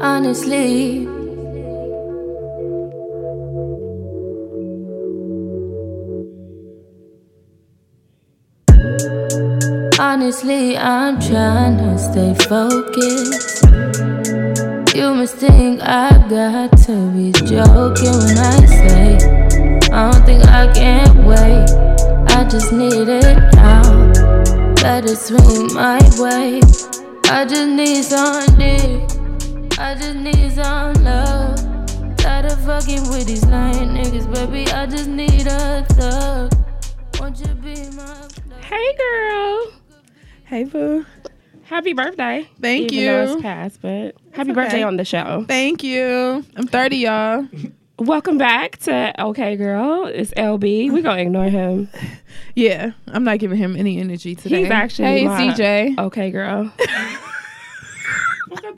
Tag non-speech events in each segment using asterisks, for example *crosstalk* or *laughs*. Honestly, honestly, I'm trying to stay focused. You must think I got to be joking when I say, I don't think I can wait. I just need it now. Let it swing my way. I just need some dick. I just need some love. Tired of fucking with these lying niggas, baby. I just need a thug. Won't you be my Hey, girl. Hey, boo. Happy birthday. Thank Even though you. it's past, but happy okay. birthday on the show. Thank you. I'm 30, y'all. Welcome back to OK Girl. It's LB. We're going to ignore him. Yeah, I'm not giving him any energy today. He's actually Hey, my- *laughs* CJ. OK *laughs* Girl. what I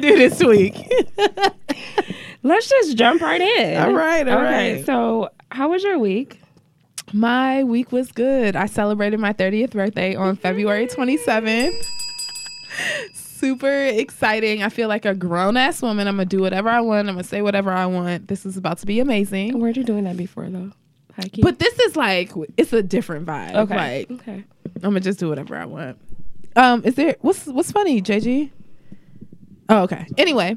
do this week? *laughs* Let's just jump right in. All right, all okay, right. so how was your week? my week was good. I celebrated my 30th birthday on February 27th. Super exciting. I feel like a grown ass woman. I'm going to do whatever I want. I'm going to say whatever I want. This is about to be amazing. Weren't you doing that before, though? Hikey? But this is like it's a different vibe. okay. Like okay. I'm gonna just do whatever I want. Um, is there what's what's funny, JG? Oh, okay. Anyway,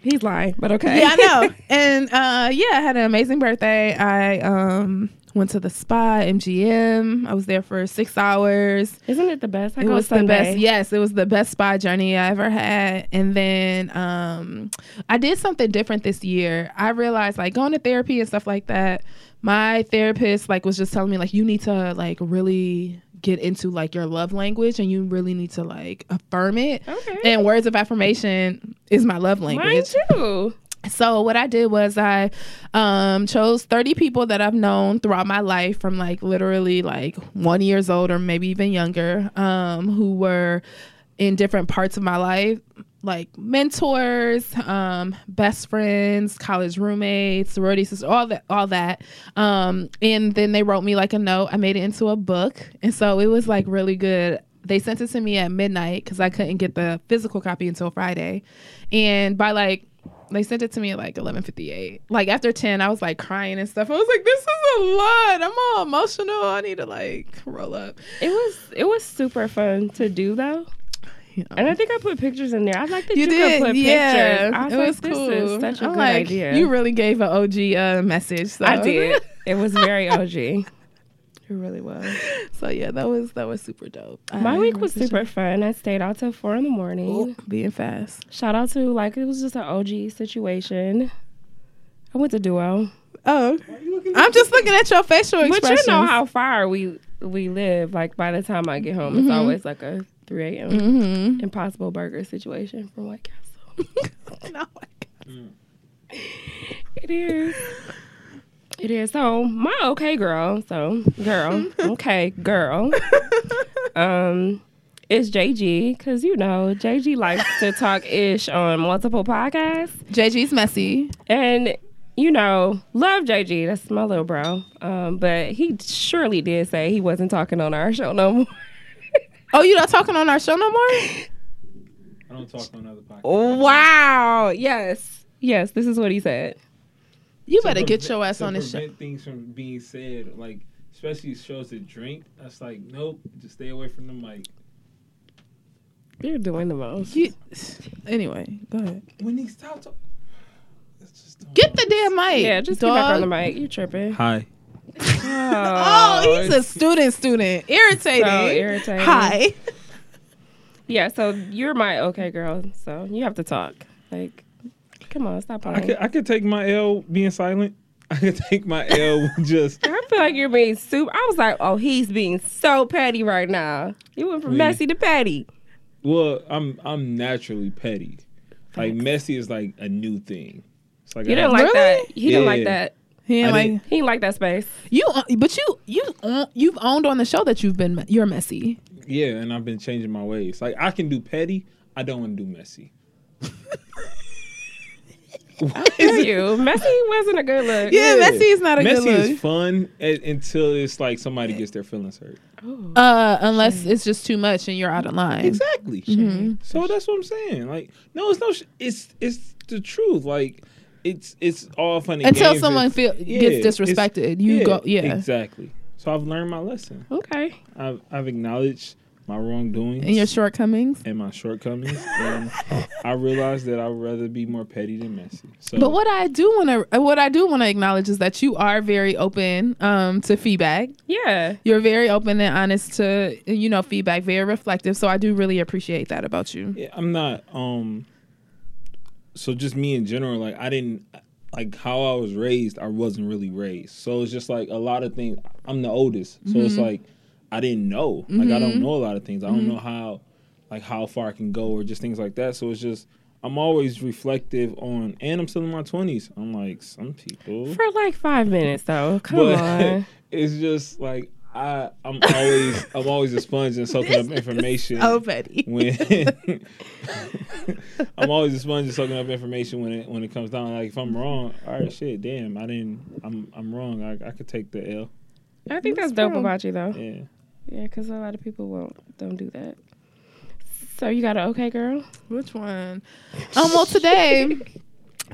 He's lying, but okay. yeah, I know. *laughs* and uh, yeah, I had an amazing birthday. I um went to the spa, MGM. I was there for six hours. *laughs* Isn't it the best? I It go was the Sunday. best. Yes, it was the best spa journey I ever had. And then um, I did something different this year. I realized like going to therapy and stuff like that. My therapist like was just telling me like you need to like really get into like your love language and you really need to like affirm it. Okay. And words of affirmation is my love Mine language. too. So what I did was I um, chose 30 people that I've known throughout my life from like literally like one years old or maybe even younger um, who were in different parts of my life like mentors, um, best friends, college roommates, sorority sisters, all that, all that. Um, and then they wrote me like a note. I made it into a book, and so it was like really good. They sent it to me at midnight because I couldn't get the physical copy until Friday, and by like. They sent it to me at like 11:58. Like after 10, I was like crying and stuff. I was like, "This is a lot. I'm all emotional. I need to like roll up." It was it was super fun to do though. You know. And I think I put pictures in there. I like that you, you, did, could put yeah. pictures. I was it like, was this cool. is such a I'm good like, idea. You really gave an OG uh, message. So. I *laughs* did. It was very OG. It really was. so yeah, that was that was super dope. My I week was appreciate super fun. I stayed out till four in the morning. Oh, being fast. Shout out to like it was just an OG situation. I went to duo, Oh, I'm just looking at your facial but expressions. you know how far we we live. Like by the time I get home, it's always like a three a.m. Mm-hmm. *laughs* impossible burger situation from White Castle. no, It is. It is. So my okay girl. So girl. *laughs* Okay girl. Um, it's JG because you know JG likes to talk ish on multiple podcasts, JG's messy. and you know love JG. That's my little bro. Um, but he surely did say he wasn't talking on our show no more. Oh, you not talking on our show *laughs* no more? I don't talk on other podcasts. Oh, Wow. Yes. Yes. This is what he said. You To better get prevent- your ass to on the show. prevent things from being said, like especially shows that drink. That's like, nope, just stay away from the mic. You're doing the most. You, anyway, go ahead. When he stopped talking, it's just don't Get the damn mic. Yeah. Just get back on dog. the mic. You tripping? hi. Oh, Oh, he's a student. Student, irritating. So irritating. Hi. Yeah, so you're my okay girl, so you have to talk. Like, come on, stop I lying. could, I could take my L being silent. *laughs* I could take my L *laughs* with just I feel like you're being super. I was like, oh, he's being so petty right now. You went from Me. messy to petty. well, I'm I'm naturally petty. Like messy is like a new thing. It's like You I- didn't like Really? that. He didn't like Yeah. that. He ain't I like didn't- He didn't like that *laughs* space. you, uh, but you, you, own- you've owned on the show that you've been you're messy. yeah, and I've been changing my *laughs* ways. Like I can do petty. I don't want to do messy. Is you messy wasn't a good look. Yeah, Messi is not a good Messy look. is fun a- until it's like somebody gets their feelings hurt. uh, unless it's just too much and you're out of line. Exactly. Mm-hmm. So that's what I'm saying. Like, no, it's no. Sh- it's it's the truth. Like, it's it's all funny Until someone feel, gets disrespected, you go. Yeah, exactly. So I've learned my lesson. Okay. I've I've acknowledged my wrongdoings and your shortcomings. and my shortcomings, and I realized that I'd rather be more petty than messy. So, But what I do want to what I do want to acknowledge is that you are very open um, to feedback. Yeah. You're very open and honest to you know feedback, very reflective. So I do really appreciate that about you. Yeah, I'm not. Um. So just me in general, like I didn't like how I was raised. I wasn't really raised, so it's just like a lot of things. I'm the oldest, so Mm-hmm. it's like I didn't know. Like I don't know a lot of things. I don't Mm-hmm. know how, like how far I can go or just things like that. So it's just I'm always reflective on, and I'm still in my twenties. I'm like some people, *laughs* For like five minutes though. Come *laughs* on. it's just like I I'm always I'm always a sponge and soaking up *laughs* information petty. *laughs* when I'm always a sponge just soaking up information when it when it comes down. Like if I'm wrong, all right, shit, damn, I didn't. I'm I'm wrong. I I could take the L. I think that's dope about you though. Yeah. Yeah, because a lot of people won't don't do that. So you got an okay girl? Which one? Um. Well, today.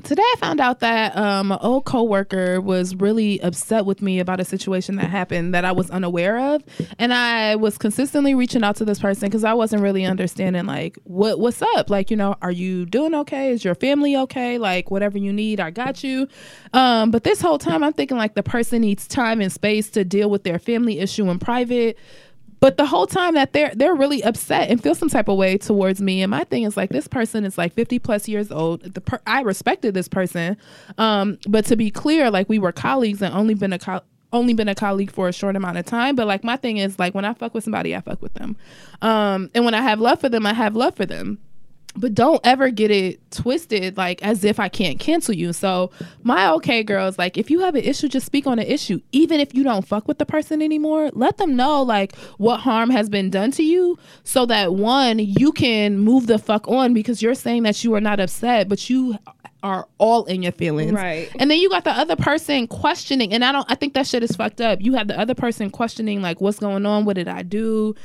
Today I found out that um, an old coworker was really upset with me about a situation that happened that I was unaware of, and I was consistently reaching out to this person because I wasn't really understanding like what what's up. Like you know, are you doing okay? Is your family okay? Like whatever you need, I got you. Um, but this whole time I'm thinking like the person needs time and space to deal with their family issue in private. But the whole time that they're they're really upset and feel some type of way towards me. And my thing is like this person is like 50 plus years old. The per- I respected this person, um, but to be clear, like we were colleagues and only been a co- only been a colleague for a short amount of time. But like my thing is like when I fuck with somebody, I fuck with them, um, and when I have love for them, I have love for them but don't ever get it twisted like as if I can't cancel you. So my okay girls, like if you have an issue, just speak on the issue. Even if you don't fuck with the person anymore, let them know like what harm has been done to you so that one, you can move the fuck on because you're saying that you are not upset, but you are all in your feelings. Right. And then you got the other person questioning, and I don't I think that shit is fucked up. You have the other person questioning like what's going on, what did I do?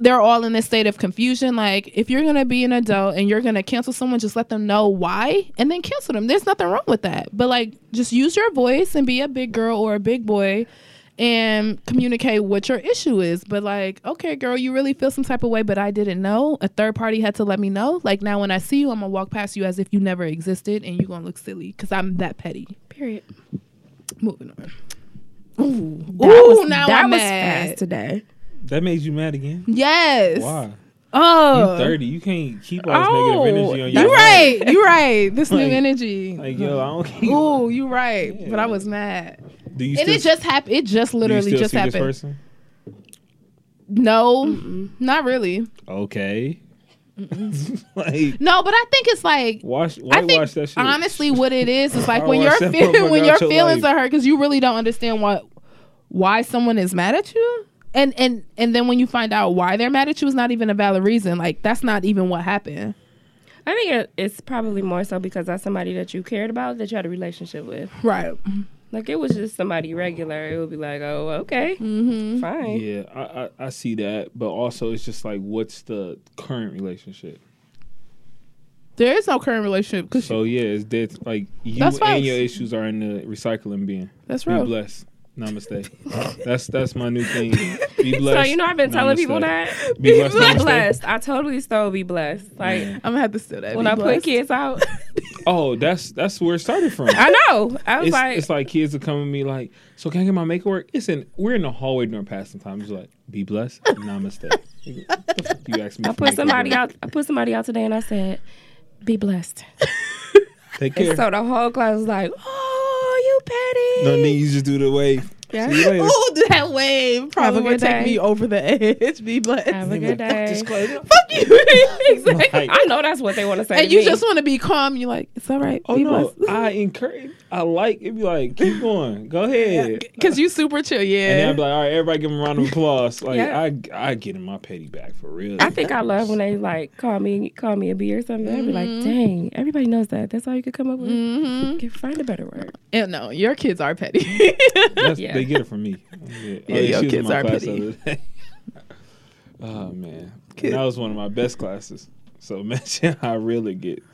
they're all in this state of confusion. Like, if you're gonna be an adult and you're gonna cancel someone, just let them know why and then cancel them. There's nothing wrong with that. But like, just use your voice and be a big girl or a big boy and communicate what your issue is. But like, okay, girl, you really feel some type of way, but I didn't know. A third party had to let me know. Like now when I see you, I'm gonna walk past you as if you never existed and you're gonna look silly because I'm that petty. Period. Moving on. That Ooh, was, now that I'm was mad. fast today. That made you mad again? Yes. Why? Oh. you 30. You can't keep all this Oh, negative energy on your that's You're mind. right. *laughs* You're right. This new Like- energy. Like, yo, I don't keep. Ooh, you right. But I Yeah. was mad. *laughs* Do you and still, it just happened. It just do you literally still just see this happened. person? No, not really. Okay. *laughs* like, No, but I think it's like. wash, I think whitewash that shit. honestly, what it is is like when Whitewash your *laughs* that feel, motherfucker when your out your feelings life. are hurt because you really don't understand what why someone is mad at you, and and and then when you find out why they're mad at you, it's not even a valid reason. Like that's not even what happened. I think it, it's probably more so because that's somebody that you cared about that you had a relationship with. Right. Like it was just somebody regular. It would be like, oh, okay, Mm-hmm. fine. Yeah, I, I, I see that. But also, it's just like, what's the current relationship? There is no current relationship because So yeah, it's dead. Like you That's and facts. your issues are in the recycling bin. that's Be real. blessed. *laughs* Namaste. that's that's my new *laughs* thing. Be blessed. So you know, I've been telling Namaste. people that. Be blessed. Be namaste. blessed. I totally stole be blessed. Like Yeah. I'm gonna have to steal that. when Be I put blessed. kids *laughs* out, Oh, that's that's where it started from. I know. I was It's like, it's like kids will come at me like, so can I get my makeup work? It's in we're in the hallway during passing time. It's like, be *laughs* blessed, namaste. you ask me. I for put makeup somebody work. out. I put somebody out today, and I said, "Be blessed." Take care. And so the whole class was like, "Oh, you petty." no, then you just do the wave. Yeah. See you later. Ooh, that wave probably a would good day. take me over the *laughs* edge. Be blessed. Have a good Fuck day. *laughs* this club. Fuck you. exactly. Like, I know that's what they want to say. And to you me. just want to be calm. You're like, it's all right. Oh be no, blessed. I encourage. I like it. Be like, keep going, go ahead. *laughs* Cause you super chill, And then yeah. I'd be like, all right, everybody give him a round of applause. Like Yeah. I, I get in my petty back for real. I think I love when they like call me call me a B or something. I'd be Mm-hmm. like, dang, everybody knows that. That's all you could come up with. Mhm. Can find a better word. And no, your kids are petty. That's, Yeah. They get it from me. Yeah, Yeah, your she was in kids my are class petty. the other day. *laughs* oh man, Kid- and that was one of my best classes. So *laughs* imagine how real it gets. *laughs*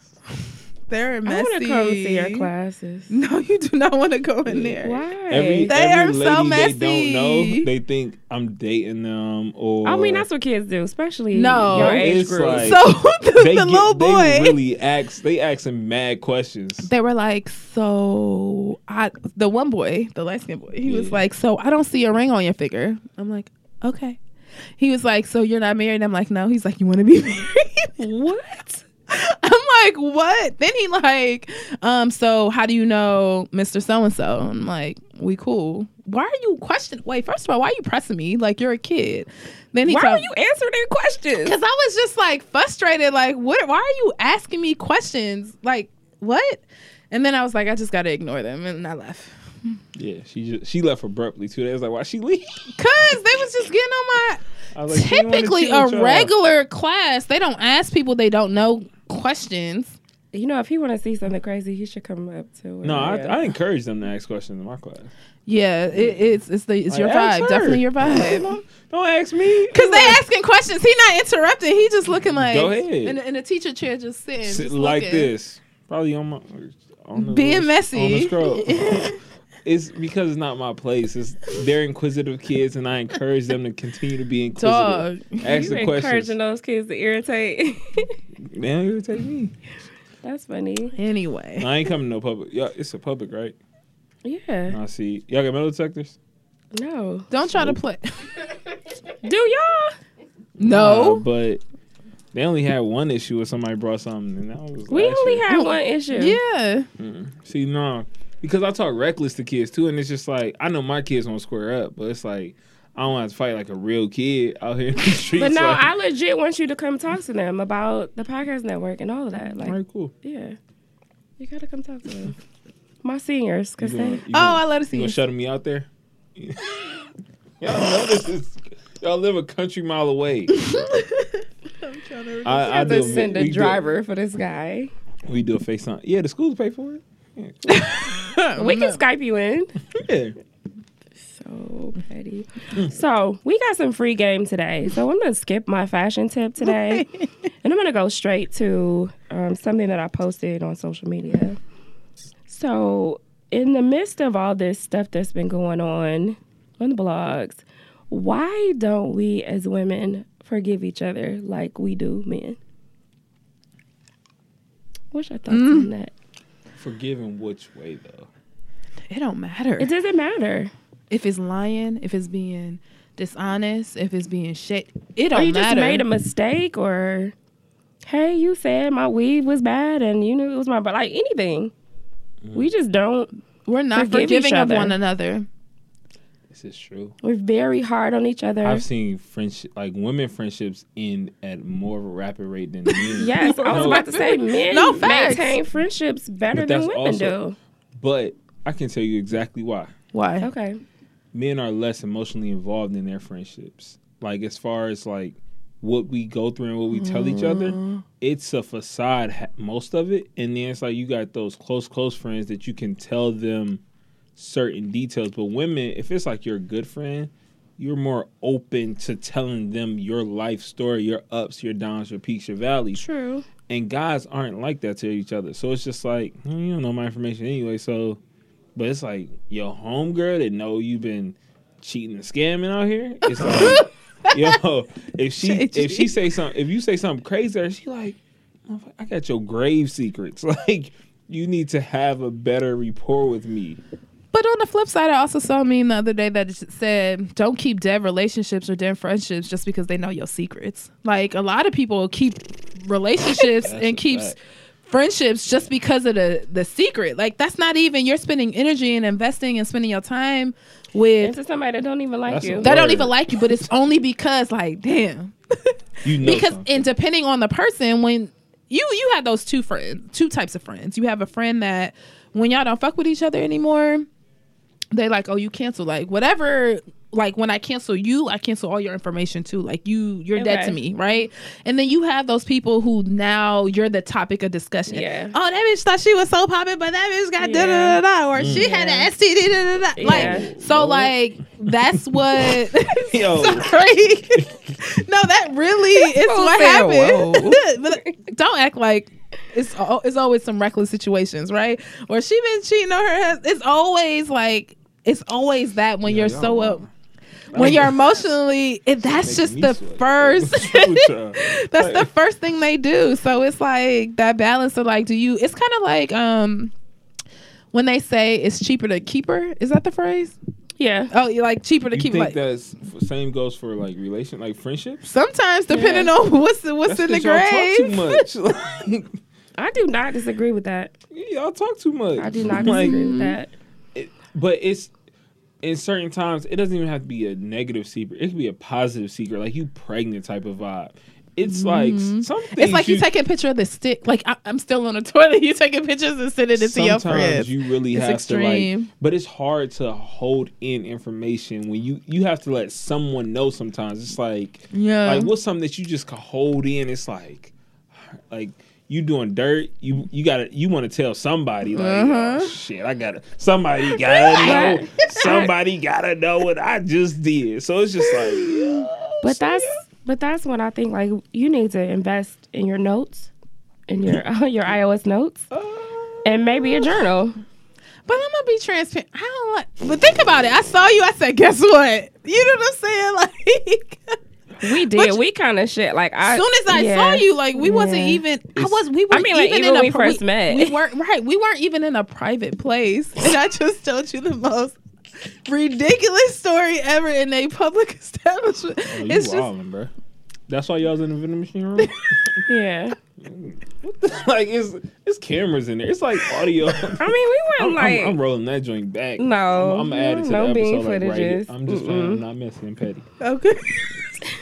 I They're want messy. to come see your classes. No, you do not want to go in Yeah. there. Why? Every, They every are so lady they messy. don't know, they think I'm dating them or I mean, that's what kids do, especially No. your age It's group. like- So *laughs* the, they the get- little boy. They really ask. They asking mad questions. they were like, so I the one boy, the light skinned boy, he was Yeah. like, so I don't see a ring on your finger. I'm like, okay. He was like, so you're not married? I'm like, no. He's like, you want to be *laughs* married? what? *laughs* I'm like, what? Then he like, um, so how do you know Mr. So and so? I'm like, we cool. Why are you questioning? Wait, first of all, why are you pressing me? Like you're a kid. Then he Why told- are you answering their questions? Cause I was just like frustrated, like, what? Why are you asking me questions? Like, what? And then I was like, I just gotta ignore them, and I left. Yeah, she just, she left abruptly too. They was like, why she leave? Cause they was just getting on my. I was *laughs* like, she wanna typically, chill a with y'all. regular class, they don't ask people they don't know questions. You know, if he want to see something crazy, he should come up to. it. No, I, Yeah. I encourage them to ask questions in my class. Yeah, it, it's it's the it's Like, your ask vibe, her. definitely *laughs* your vibe. Don't ask me. Cause they asking questions, he not interrupting. He just looking like Go ahead. in, in a teacher chair, just sitting, *laughs* Sit just like looking. this, probably on my on the Being little- On the messy. *laughs* scroll. *laughs* it's because it's not my place. It's they're inquisitive kids, and I encourage them to continue to be inquisitive. Dog. Ask you the encouraging questions. those kids to irritate. *laughs* Man, you take me. That's funny. Anyway, I ain't coming to no public. Yeah, it's a public, right? Yeah. I see. Y'all got metal detectors? No. don't try to play. Do y'all? no, Uh, but they only had one issue, and somebody brought something, and that was We last only year. had one issue. yeah. See, no, because I talk reckless to kids too, and it's just like I know my kids won't square up, but it's like I don't want to fight like a real kid out here in the streets. But no, like, *laughs* I legit want you to come talk to them about the podcast network and all of that. Like, All right, cool. yeah, you gotta come talk to them. My seniors, You cause gonna, they you Oh, gonna, I let it you see. gonna shut me out there? *laughs* y'all know this is y'all live a country mile away. I'm trying to *laughs* I, I do they send a we driver for this guy. Do, we do a FaceTime. Yeah, the schools pay for it. We can Skype you in. Yeah. So petty. *laughs* So we got some free game today. So I'm gonna skip my fashion tip today, *laughs* and I'm gonna go straight to um, something that I posted on social media. So in the midst of all this stuff that's been going on on the blogs, why don't we as women forgive each other like we do men? What's your thoughts on that? Forgiving which way though? It don't matter. It doesn't matter. if it's lying, if it's being dishonest, if it's being shit, it or don't you matter. just made a mistake or hey you said my weed was bad and you knew it was my but like anything Mm-hmm. we just don't We're not forgive each forgiving of other. one another. This is true. we're very hard on each other I've seen friendship, like women friendships, end at more of a rapid rate than *laughs* men. yes i was No, about to *laughs* say men No, facts. maintain friendships better But than that's women also- But I can tell you exactly why. Why? do okay Men are less emotionally involved in their friendships. Like as far as like what we go through and what we tell each other, it's a facade ha- most of it, and then it's like you got those close close friends that you can tell them certain details. But women, if it's like your good friend, you're more open to telling them your life story, your ups, your downs, your peaks, your valleys true and guys aren't like that to each other. So it's just like hmm, you don't know my information anyway. So, but it's like your homegirl that know you've been cheating and scamming out here. *laughs* It's like yo, if she if she say something, if you say something crazy, to her, she like, "Motherfucker, I got your grave secrets. *laughs* Like you need to have a better rapport with me. But on the flip side, I also saw a meme the other day that just said, "Don't keep dead relationships or dead friendships just because they know your secrets." Like a lot of people keep relationships a and keeps fact. friendships just because of the the secret. Like that's not even you're spending energy and investing and spending your time with Into somebody that don't even like That's you. a- that don't Word. even like you, but it's only because like damn. You know because something. and depending on the person when you you have those two friends two types of friends you have a friend that when y'all don't fuck with each other anymore they like oh you cancel like whatever like when i cancel you i cancel all your information too like you you're dead Okay. to me right and then you have those people who now you're the topic of discussion Yeah. oh that bitch thought she was so popping but that bitch got da da da Yeah. da or she Mm. had an std da da da Yeah. like so like that's what *laughs* *laughs* Yo. sorry *laughs* no, that really is Whoa, what Sarah, happened. *laughs* but don't act like it's al- it's always some reckless situations, right? Or she been cheating on her husband. It's always like it's always that when you're y'all so up. wild. When you're emotionally, it, that's just me the sweat. first. *laughs* *laughs* True, child. that's the first thing they do. So it's like that balance of like, do you? It's kind of like um, when they say it's cheaper to keep her. Is that the phrase? Yeah. Oh, you like cheaper to You keep. think Like that's f- same goes for like relation, like friendships? sometimes, depending Yeah. on *laughs* what's what's That's in the 'cause y'all grave. *laughs* Talk too much. *laughs* I Like, do not disagree with that. y'all talk too much. I do not Like, disagree with that. But it's in certain times, it doesn't even have to be a negative secret. It could be a positive secret, like you pregnant type of vibe. It's Mm-hmm. like something. It's like you, take a picture of the stick. Like I, I'm still on the *laughs* toilet. You taking pictures and sending it to your Sometimes friends. you really It's have to extreme. like, but it's hard to hold in information when you you have to let someone know. Sometimes it's like, Yeah. like what's something that you just can hold in? It's like, like you doing dirt. You you gotta you want to tell somebody like, oh, Uh-huh. shit, I gotta *laughs* somebody gotta know somebody gotta know what I just did. So it's just like, But that's but that's when I think like you need to invest in your notes, in your *laughs* your iOS notes, and maybe a journal. but I'm gonna be transparent. I don't like. But think about it. I saw you. I said, guess what? You know what I'm saying? *laughs* Like, We did. we kind of shit. Like I as soon as I yeah. saw you, like we wasn't Yeah. even. I was. We I weren't mean, like, even even in we a. pri- first met. We weren't right. We weren't even in a private place, *laughs* and I just told you the most ridiculous story ever in a public *laughs* establishment. oh, you it's just. wildin', bro. That's why y'all's in the vending machine room. Yeah. *laughs* like it's it's cameras in there. It's like *laughs* audio. I mean, we I'm, weren't like. I'm, I'm rolling that joint back. No. I'm, I'm adding to No the bean episode. Like, right here. footages. I'm just saying, I'm not messing petty. *laughs* Okay.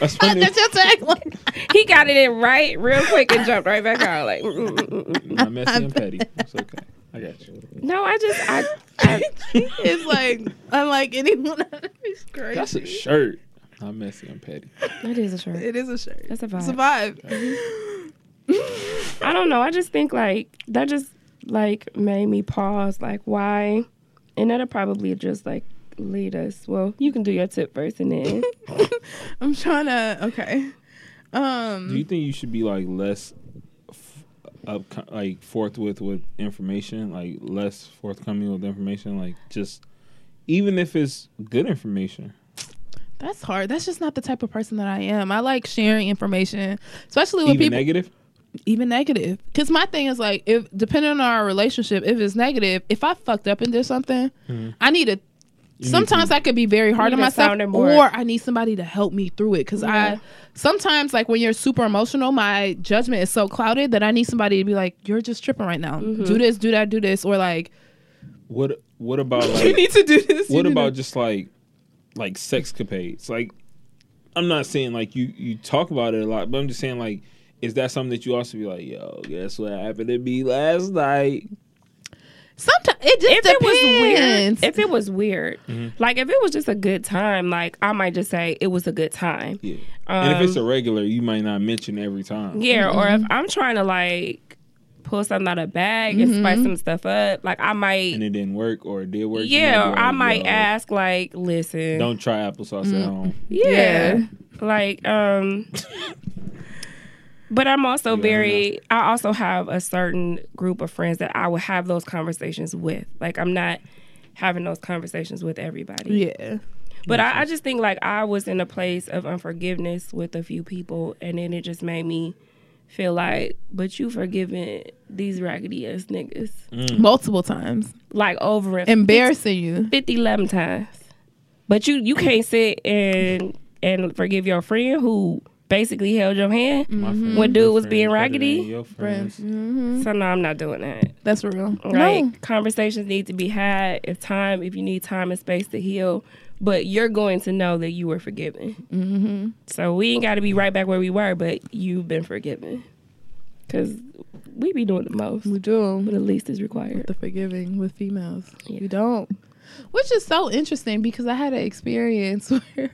That's *laughs* funny. That's your tagline. *laughs* he got it in right real quick and jumped right back out. Like, mm, mm, mm, mm. I'm not messy and petty. It's okay. I got you. no, I just I, I *laughs* it's like unlike anyone. *laughs* it's crazy. That's a shirt. I'm not messy and petty. that is a shirt. it is a shirt. That's a It's a vibe. vibe. I don't know. I just think like that just like made me pause. Like why? And that'll probably just like lead us. Well, you can do your tip first and *laughs* then. *laughs* I'm trying to. Okay. Um. Do you think you should be like less f- up like forthwith with information, like less forthcoming with information, like just even if it's good information? That's hard. That's just not the type of person that I am. I like sharing information, especially with even people, negative? even negative. Because my thing is like, if depending on our relationship, if it's negative, if I fucked up and did something, I need to need sometimes I could be very hard You on need a myself, sounding board. or I need somebody to help me through it. Because Yeah. I sometimes, like when you're super emotional, my judgment is so clouded that I need somebody to be like, "You're just tripping right now. Mm-hmm. Do this, do that, do this," or like, What *laughs* what about "You like need to do this." you what need about to-" just like like sexcapades like i'm not saying like you you talk about it a lot but i'm just saying like is that something that you also be like yo guess what happened to me last night sometimes? It just if it was depends. weird, if it was weird, Mm-hmm. like if it was just a good time, like I might just say it was a good time. yeah and if it's Um, a regular you might not mention every time Yeah, or if I'm trying to like pull something out of bag and spice some stuff up, like I and might. it didn't work or it did work you Yeah, be like, I might "Yo, ask Mm-hmm. like, listen, don't try applesauce at home Yeah. Like, um But I'm also Yeah, I very I also have a certain group of friends that I will have those conversations with. Like I'm not having those conversations with everybody. yeah. But I, I just think like I was in a place of unforgiveness with a few people and then it just made me feel like, but you forgiven these raggedy ass niggas. multiple times, Like over and embarrassing you. 50, 11 times. But you you can't sit and and forgive your friend who basically held your hand. My friend- When Mm-hmm. dude your was friends being better raggedy? Mm-hmm. than your friends. So no, I'm not doing that. That's real. Right? No. Conversations need to be had. If time, if you need time and space to heal, but you're going to know that you were forgiven. Mm-hmm. So we ain't got to be right back where we were, but you've been forgiven. Cause we be doing the most, We do. but the least is required. the forgiving with females. Yeah. You don't. Which is so interesting because I had an experience *laughs* where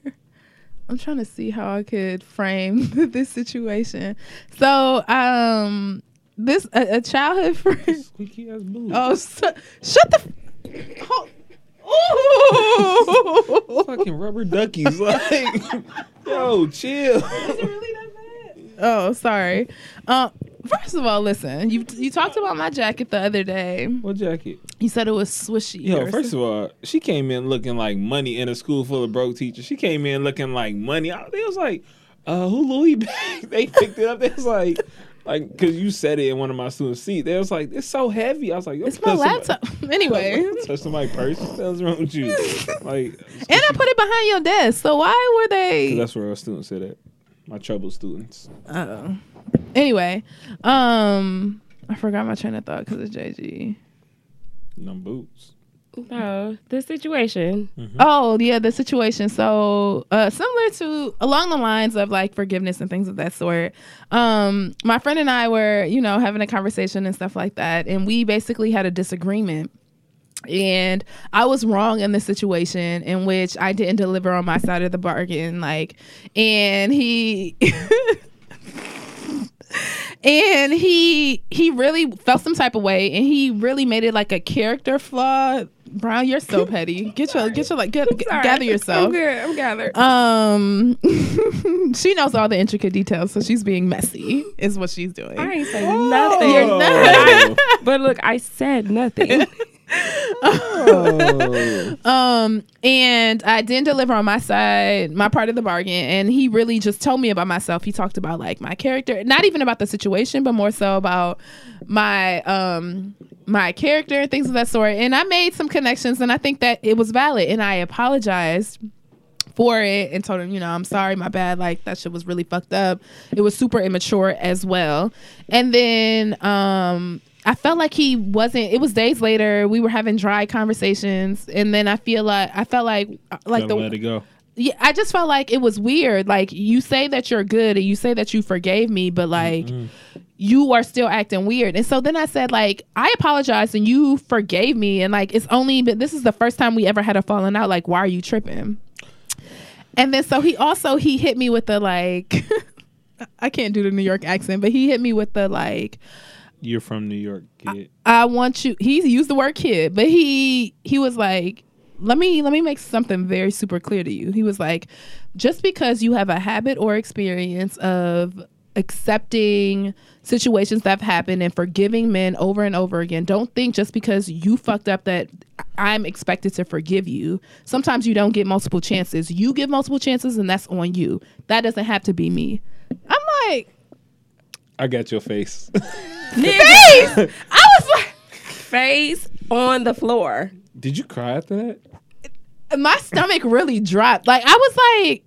I'm trying to see how I could frame *laughs* this situation. So, um, this a, a childhood friend. *laughs* Squeaky ass boo. Oh, so, shut the. f- Oh. Ooh. Fucking rubber duckies. *laughs* Like, yo, *laughs* chill. oh, sorry. Uh, first of all, listen. You you talked about my jacket the other day. What jacket? You said it was swishy. Yo, or first of all, she came in looking like money in a school full of broke teachers. She came in looking like money. I, they was like, uh, who Louis *laughs* bag? they picked it up. They was like, like, cause you said it in one of my students' seat. They was like, it's so heavy. I was like, yo, It's my touch somebody- laptop. *laughs* *laughs* Anyway. Touch somebody's purse. What the hell's wrong with you? Like, And I put it behind your desk. So why were they? that's where our students sit at. My troubled students. Uh-oh. Anyway, um, I forgot my train of thought because of JG. And them boots. No, the situation. Oh yeah, the situation. So uh, similar to along the lines of like forgiveness and things of that sort. Um, my friend and I were you know having a conversation and stuff like that, and we basically had a disagreement. and I was wrong in the situation in which I didn't deliver on my side of the bargain. Like, and he. *laughs* And he he really felt some type of way, and he really made it like a character flaw. Brown, you're *laughs* so petty. Get your get your like get, gather yourself. I'm good. I'm gathered. Um, *laughs* she knows all the intricate details, so she's being messy, is what she's doing. I ain't say nothing. You're not- But look, I said *laughs* nothing. *laughs* Oh. Um, and I didn't deliver on my side, my part of the bargain. And he really just told me about myself. He talked about like my character, not even about the situation, but more so about my um my character and things of that sort. And I made some connections, and I think that it was valid. And I apologized for it and told him, you know, I'm sorry, my bad. Like that shit was really fucked up. It was super immature as well. And then um I felt like he wasn't it was days later, we were having dry conversations and then I feel like I felt like like the let it go. yeah, I just felt like it was weird. Like you say that you're good and you say that you forgave me, but like you are still acting weird. And so then I said like I apologized and you forgave me and like it's only but this is the first time we ever had a falling out. Like why are you tripping? And then so he also he hit me with the like *laughs* I can't do the New York accent, but he hit me with the like You're from New York, kid. I want you. He used the word kid, but he he was like, let me let me make something very super clear to you. He was like, just because you have a habit or experience of accepting situations that have happened and forgiving men over and over again, don't think just because you fucked up that I'm expected to forgive you. Sometimes you don't get multiple chances. You give multiple chances, and that's on you. That doesn't have to be me. I'm like, I got your face. *laughs* face. I was like. Face on the floor. Did you cry after that? my stomach really dropped. Like I was like,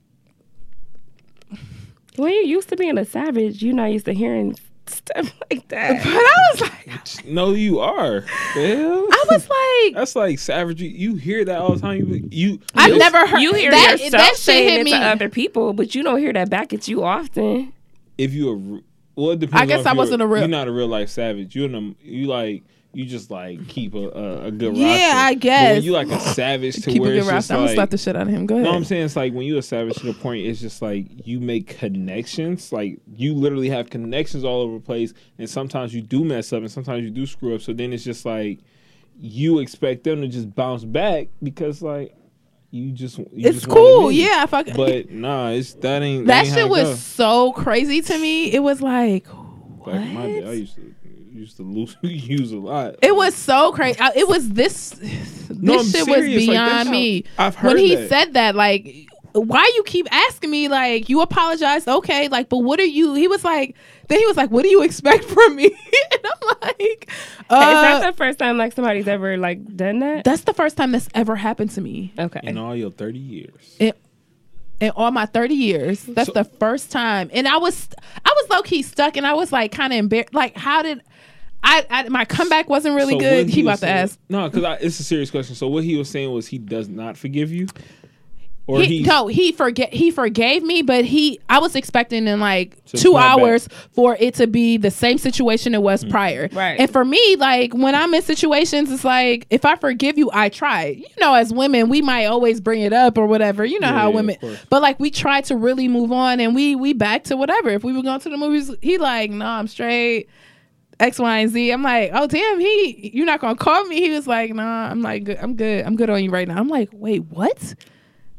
When you used to being a savage, you're not used to hearing stuff *laughs* like that. but I was like, No, you are. Hell? I was like, That's like savagery. You hear that all the time. You, you I've *laughs* you- never heard You hear that. yourself That shit saying hit it me. to other people, but you don't hear that back at you often. If you a r- well, it depends. I guess on if I you're- wasn't a real- You're not a real life savage. You're in a, you like you just like keep a, a, a good Yeah, roster. I But guess. when you like a savage to Keep where a good it's just roster. I'm gonna like- slap the shit out of him. Go No, ahead. I'm saying it's like when you establish to the point, it's just like you make connections. Like you literally have connections all over the place, and sometimes you do mess up, and sometimes you do screw up. So then it's just like you expect them to just bounce back because like you just you it's just wanted cool. me. Yeah, I fuck. But nah, it's that ain't that ain't how shit it was go. so crazy to me. It was like. Back in my day, I used to used to lose *laughs* use a lot. It was so crazy. I- It was this. This No, I'm shit was serious. Like, that's beyond how- me. I've when heard he that. said that, like, why you keep asking me? Like, you apologized, okay? Like, but what are you? He was like, then he was like, what do you expect *laughs* from me? and I'm like, Is uh, that the first time like somebody's ever like done that? that's the first time that's ever happened to me. Okay. in all your thirty years. It, in all my 30 years. That's So- the first time. And I was I was low key stuck and I was like kind of embarrassed. Like how did I, I my comeback wasn't really So good. what He about was to saying- ask. No, because it's a serious question. So what he was saying was he does not forgive you, or He, no, he forget he forgave me, but he I was expecting in like So it's two not bad. hours for it to be the same situation it Mm. was prior. Right. And for me, like when I'm in situations, it's like if I forgive you, I try. You know, as women, we might always bring it up or whatever. You know Yeah, yeah, how of women, course. but like we try to really move on and we we back to whatever. If we were going to the movies, he like no, I'm straight. X, Y, and Z. I'm like, oh damn, he you're not gonna call me. He was like, nah, I'm like good, I'm good, I'm good on you right now. I'm like, wait, what?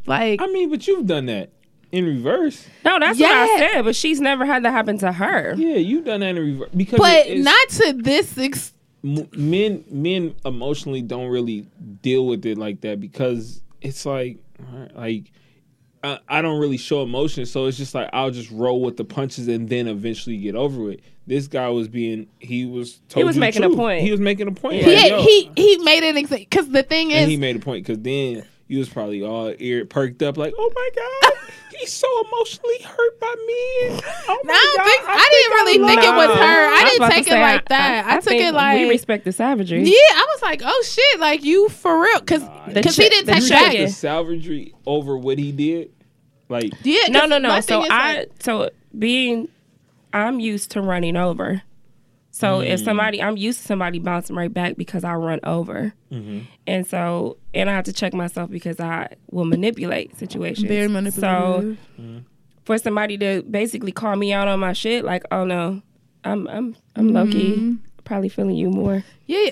Like I mean, but you've done that in reverse. No, that's what Yeah. I said, but she's never had that happen to her. Yeah, you've done that in reverse because but it- it's- not to this ex- m- men men emotionally don't really deal with it like that because it's like all right, like I, I don't really show emotion, so it's just like I'll just roll with the punches and then eventually get over it. This guy was being he was told was you the making a truth. point. He was making a point. he like, had- yo. he he made an example because the thing and he is made a point because then you was probably all ear perked up like, oh my god, he's so emotionally hurt by me. Oh I my don't god, think- I didn't really think it was No. her. I was didn't about to take it say, like that. I took think it like- we respect the savagery. yeah I was like oh shit like you for real because The because he chick- didn't the text chick back the is- salvagery over what he did. Like yeah 'cause No, no, no. my So thing is, I like, so being I'm used to running over. So if somebody I'm used to somebody bouncing right back because I run over. And so and I have to check myself because I will manipulate situations. Very So manipulative. for somebody to basically call me out on my shit like, "Oh no, I'm I'm I'm low Mm-hmm. key probably feeling you more." yeah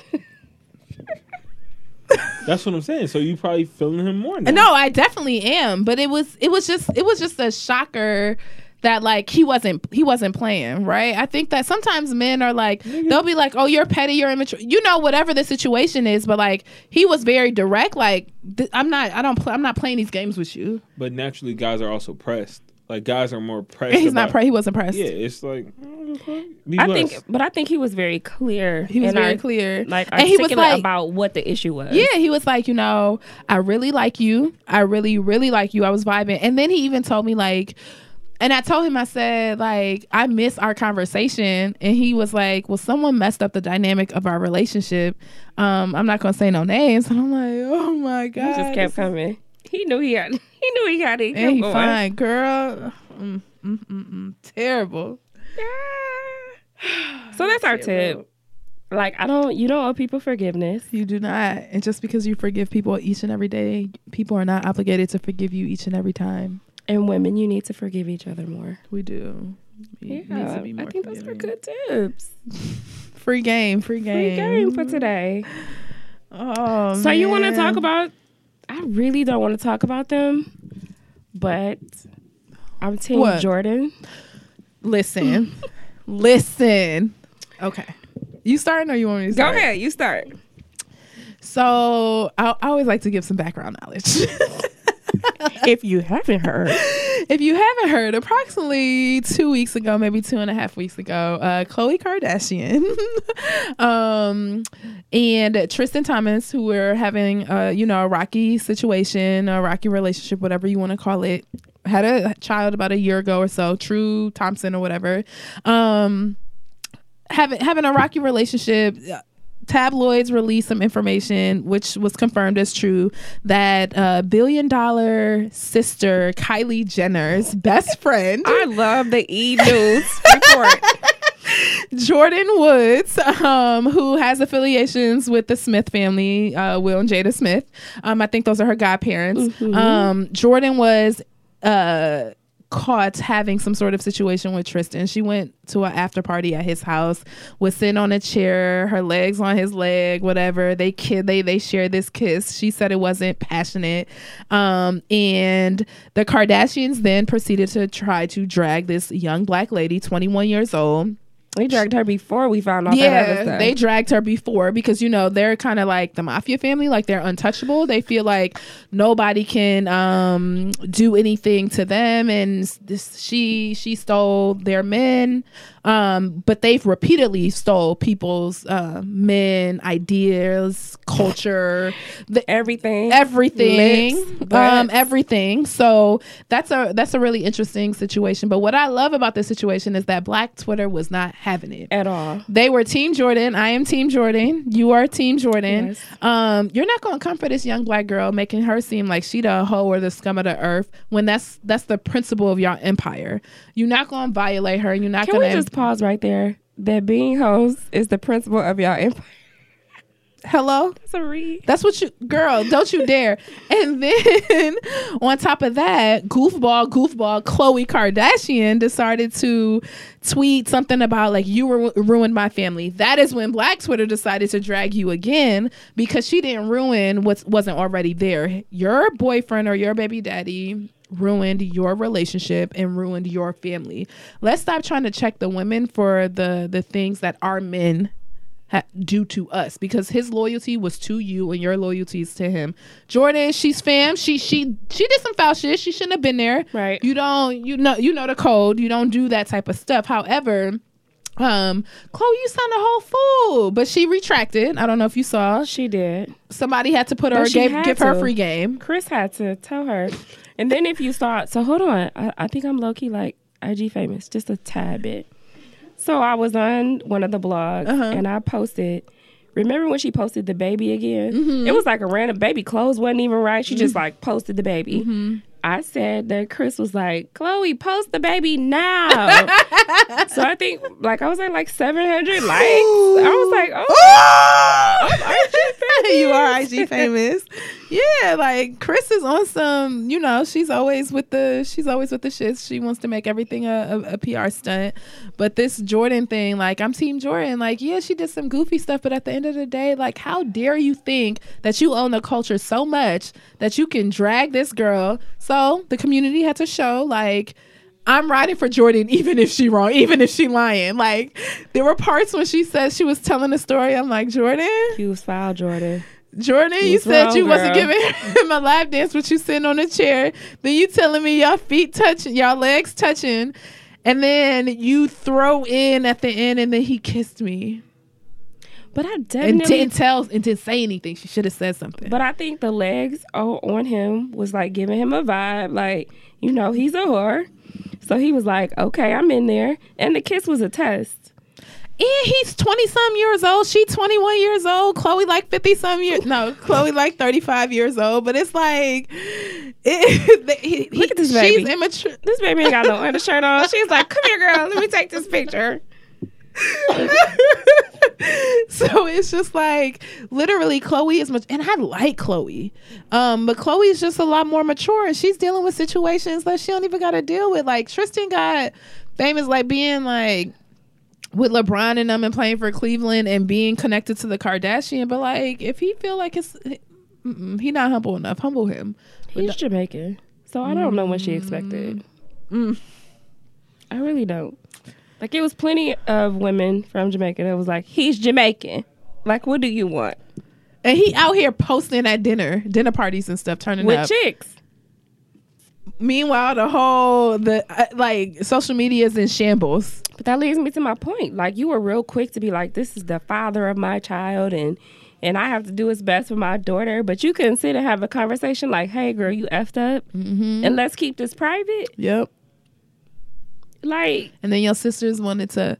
that's what I'm saying. So you probably feeling him more now. no I definitely am but it was it was just it was just a shocker that like he wasn't he wasn't playing right I think that sometimes men are like they'll be like oh you're petty you're immature you know whatever the situation is but like he was very direct like th- I'm not I don't pl- I'm not playing these games with you But naturally, guys are also pressed. Like guys are more pressed. And he's not about- pressed. He wasn't pressed. Yeah, it's like mm, be I blessed. think but I think he was very clear. He was and very art- clear. Like and he was articulate like, about what the issue was. yeah, he was like, you know, I really like you. I really, really like you. I was vibing. And then he even told me like, and I told him, I said, like, I miss our conversation. And he was like, well, someone messed up the dynamic of our relationship. Um, I'm not going to say no names. *laughs* And I'm like, oh my God. He just kept coming. He knew he had. He knew he had it. He And kept he going. fine, girl. Mm, mm, mm, mm. Terrible. *sighs* So that's our tip. Like I don't. You don't owe people forgiveness. You do not. And just because you forgive people each and every day, people are not obligated to forgive you each and every time. And women, you need to forgive each other more. We do. Yeah, We- needs to be I more think those were forgiving. good tips. Free game, free Free game. game for today. Oh, So you want to man. talk about? I really don't want to talk about them, but I'm Team What? Jordan. Listen, *laughs* listen. Okay, you starting or you want me to Go start? ahead, you start. So I, I always like to give some background knowledge. *laughs* If you haven't heard, if you haven't heard, approximately two weeks ago, maybe two and a half weeks ago, uh, Khloe Kardashian *laughs* um, and Tristan Thomas, who were having, uh, you know, a rocky situation, a rocky relationship, whatever you want to call it, had a child about a year ago or so, True Thompson or whatever. Um, having having a rocky relationship uh, tabloids released some information which was confirmed as true that uh, billion dollar sister kylie jenner's best friend I love the E *laughs* News report. jordan woods um, who has affiliations with the smith family uh, will and jada smith um, i think those are her godparents um, jordan was uh, caught having some sort of situation with Tristan. She went to an after party at his house, was sitting on a chair, her legs on his leg, whatever. They kid they they shared this kiss. She said it wasn't passionate. Um and the Kardashians then proceeded to try to drag this young black lady, 21 years old. We dragged her before we found out that other Yeah, stuff. they dragged her before because you know they're kind of like the mafia family, like they're untouchable. They feel like nobody can um, do anything to them, and s- this, she she stole their men. Um, but they've repeatedly stole people's uh, men, ideas, culture, the, Everything. everything, Lips, um, breasts. everything. So that's a that's a really interesting situation. But what I love about this situation is that Black Twitter was not having it. at all. They were Team Jordan. I am Team Jordan. You are Team Jordan. Yes. Um, you're not going to comfort this young black girl, making her seem like she the hoe or the scum of the earth. When that's that's the principle of your empire. You're not going to violate her. You're not Can going we to just pause right there? That being hoes is the principle of y'all *laughs* empire. hello. That's a read. That's what you, girl, don't you dare. And then *laughs* on top of that, goofball, goofball, Khloe Kardashian decided to tweet something about, like, you ru- ruined my family. That is when Black Twitter decided to drag you again because she didn't ruin what wasn't already there. Your boyfriend or your baby daddy ruined your relationship and ruined your family. Let's stop trying to check the women for the the things that our men ha- do to us because his loyalty was to you and your loyalty is to him. Jordan, she's fam. She she she did some foul shit. She shouldn't have been there. Right. You don't you know you know the code. You don't do that type of stuff. However, um, Chloe, you sound a whole fool, but she retracted. I don't know if you saw. She did. Somebody had to put her But she gave, had give her to. *laughs* free game. Chris had to tell her. And then if you saw, so hold on, I, I think I'm low key like IG famous, just a tad bit. So I was on one of the blogs and I posted. Remember when she posted the baby again? It was like a random baby. Clothes wasn't even right. She just like posted the baby. I said that Chris was like, Chloe, post the baby now. so I think like I was at like 700 likes. I was like, oh, you are IG famous. Yeah, like Chris is on some. You know, she's always with the. She's always with the shits. She wants to make everything a, a, a PR stunt. But this Jordan thing, like I'm Team Jordan. Like, yeah, she did some goofy stuff, but at the end of the day, like, how dare you think that you own the culture so much that you can drag this girl? So the community had to show like. I'm riding for Jordan even if she wrong, even if she lying. Like there were parts when she said she was telling the story. I'm like, Jordan, You was foul, Jordan. Jordan, you What's said wrong, you wasn't girl? giving *laughs* him a lap dance, but you sitting on a chair. Then you telling me y'all feet touching, y'all legs touching, and then you throw in at the end, and then he kissed me But I and definitely didn't tell and didn't say anything. She should have said something. But I think the legs o- on him was like giving him a vibe, like, you know, he's a whore. So he was like, okay, I'm in there. And the kiss was a test. and he's twenty some years old. She twenty one years old. Chloe like fifty some *laughs* years. No, Chloe like thirty five years old. But it's like, *laughs* it, he, Look at this she's baby. immature. This baby ain't got no undershirt *laughs* on. She's like, come here, girl, let me take this picture. *laughs* so it's just like literally Chloe is much and I like Chloe. Um, but Chloe is just a lot more mature and she's dealing with situations that she don't even gotta deal with. Like Tristan got famous like being like with LeBron and them and playing for Cleveland and being connected to the Kardashian, but like if he feel like it's mm-mm, he not humble enough, humble him. He's Jamaican. Mm. So I don't know what she expected. I really don't. Like, it was plenty of women from Jamaica that was like, he's Jamaican. Like, what do you want? And he out here posting at dinner, dinner parties and stuff, turning With up. chicks. Meanwhile, the whole the uh, like social media is in shambles. But that leads me to my point. Like you were real quick to be like, "This is the father of my child," and and I have to do what's best for my daughter. But you couldn't sit and have a conversation like, "Hey, girl, you effed up, and let's keep this private." Yep. Like, And then your sisters wanted to.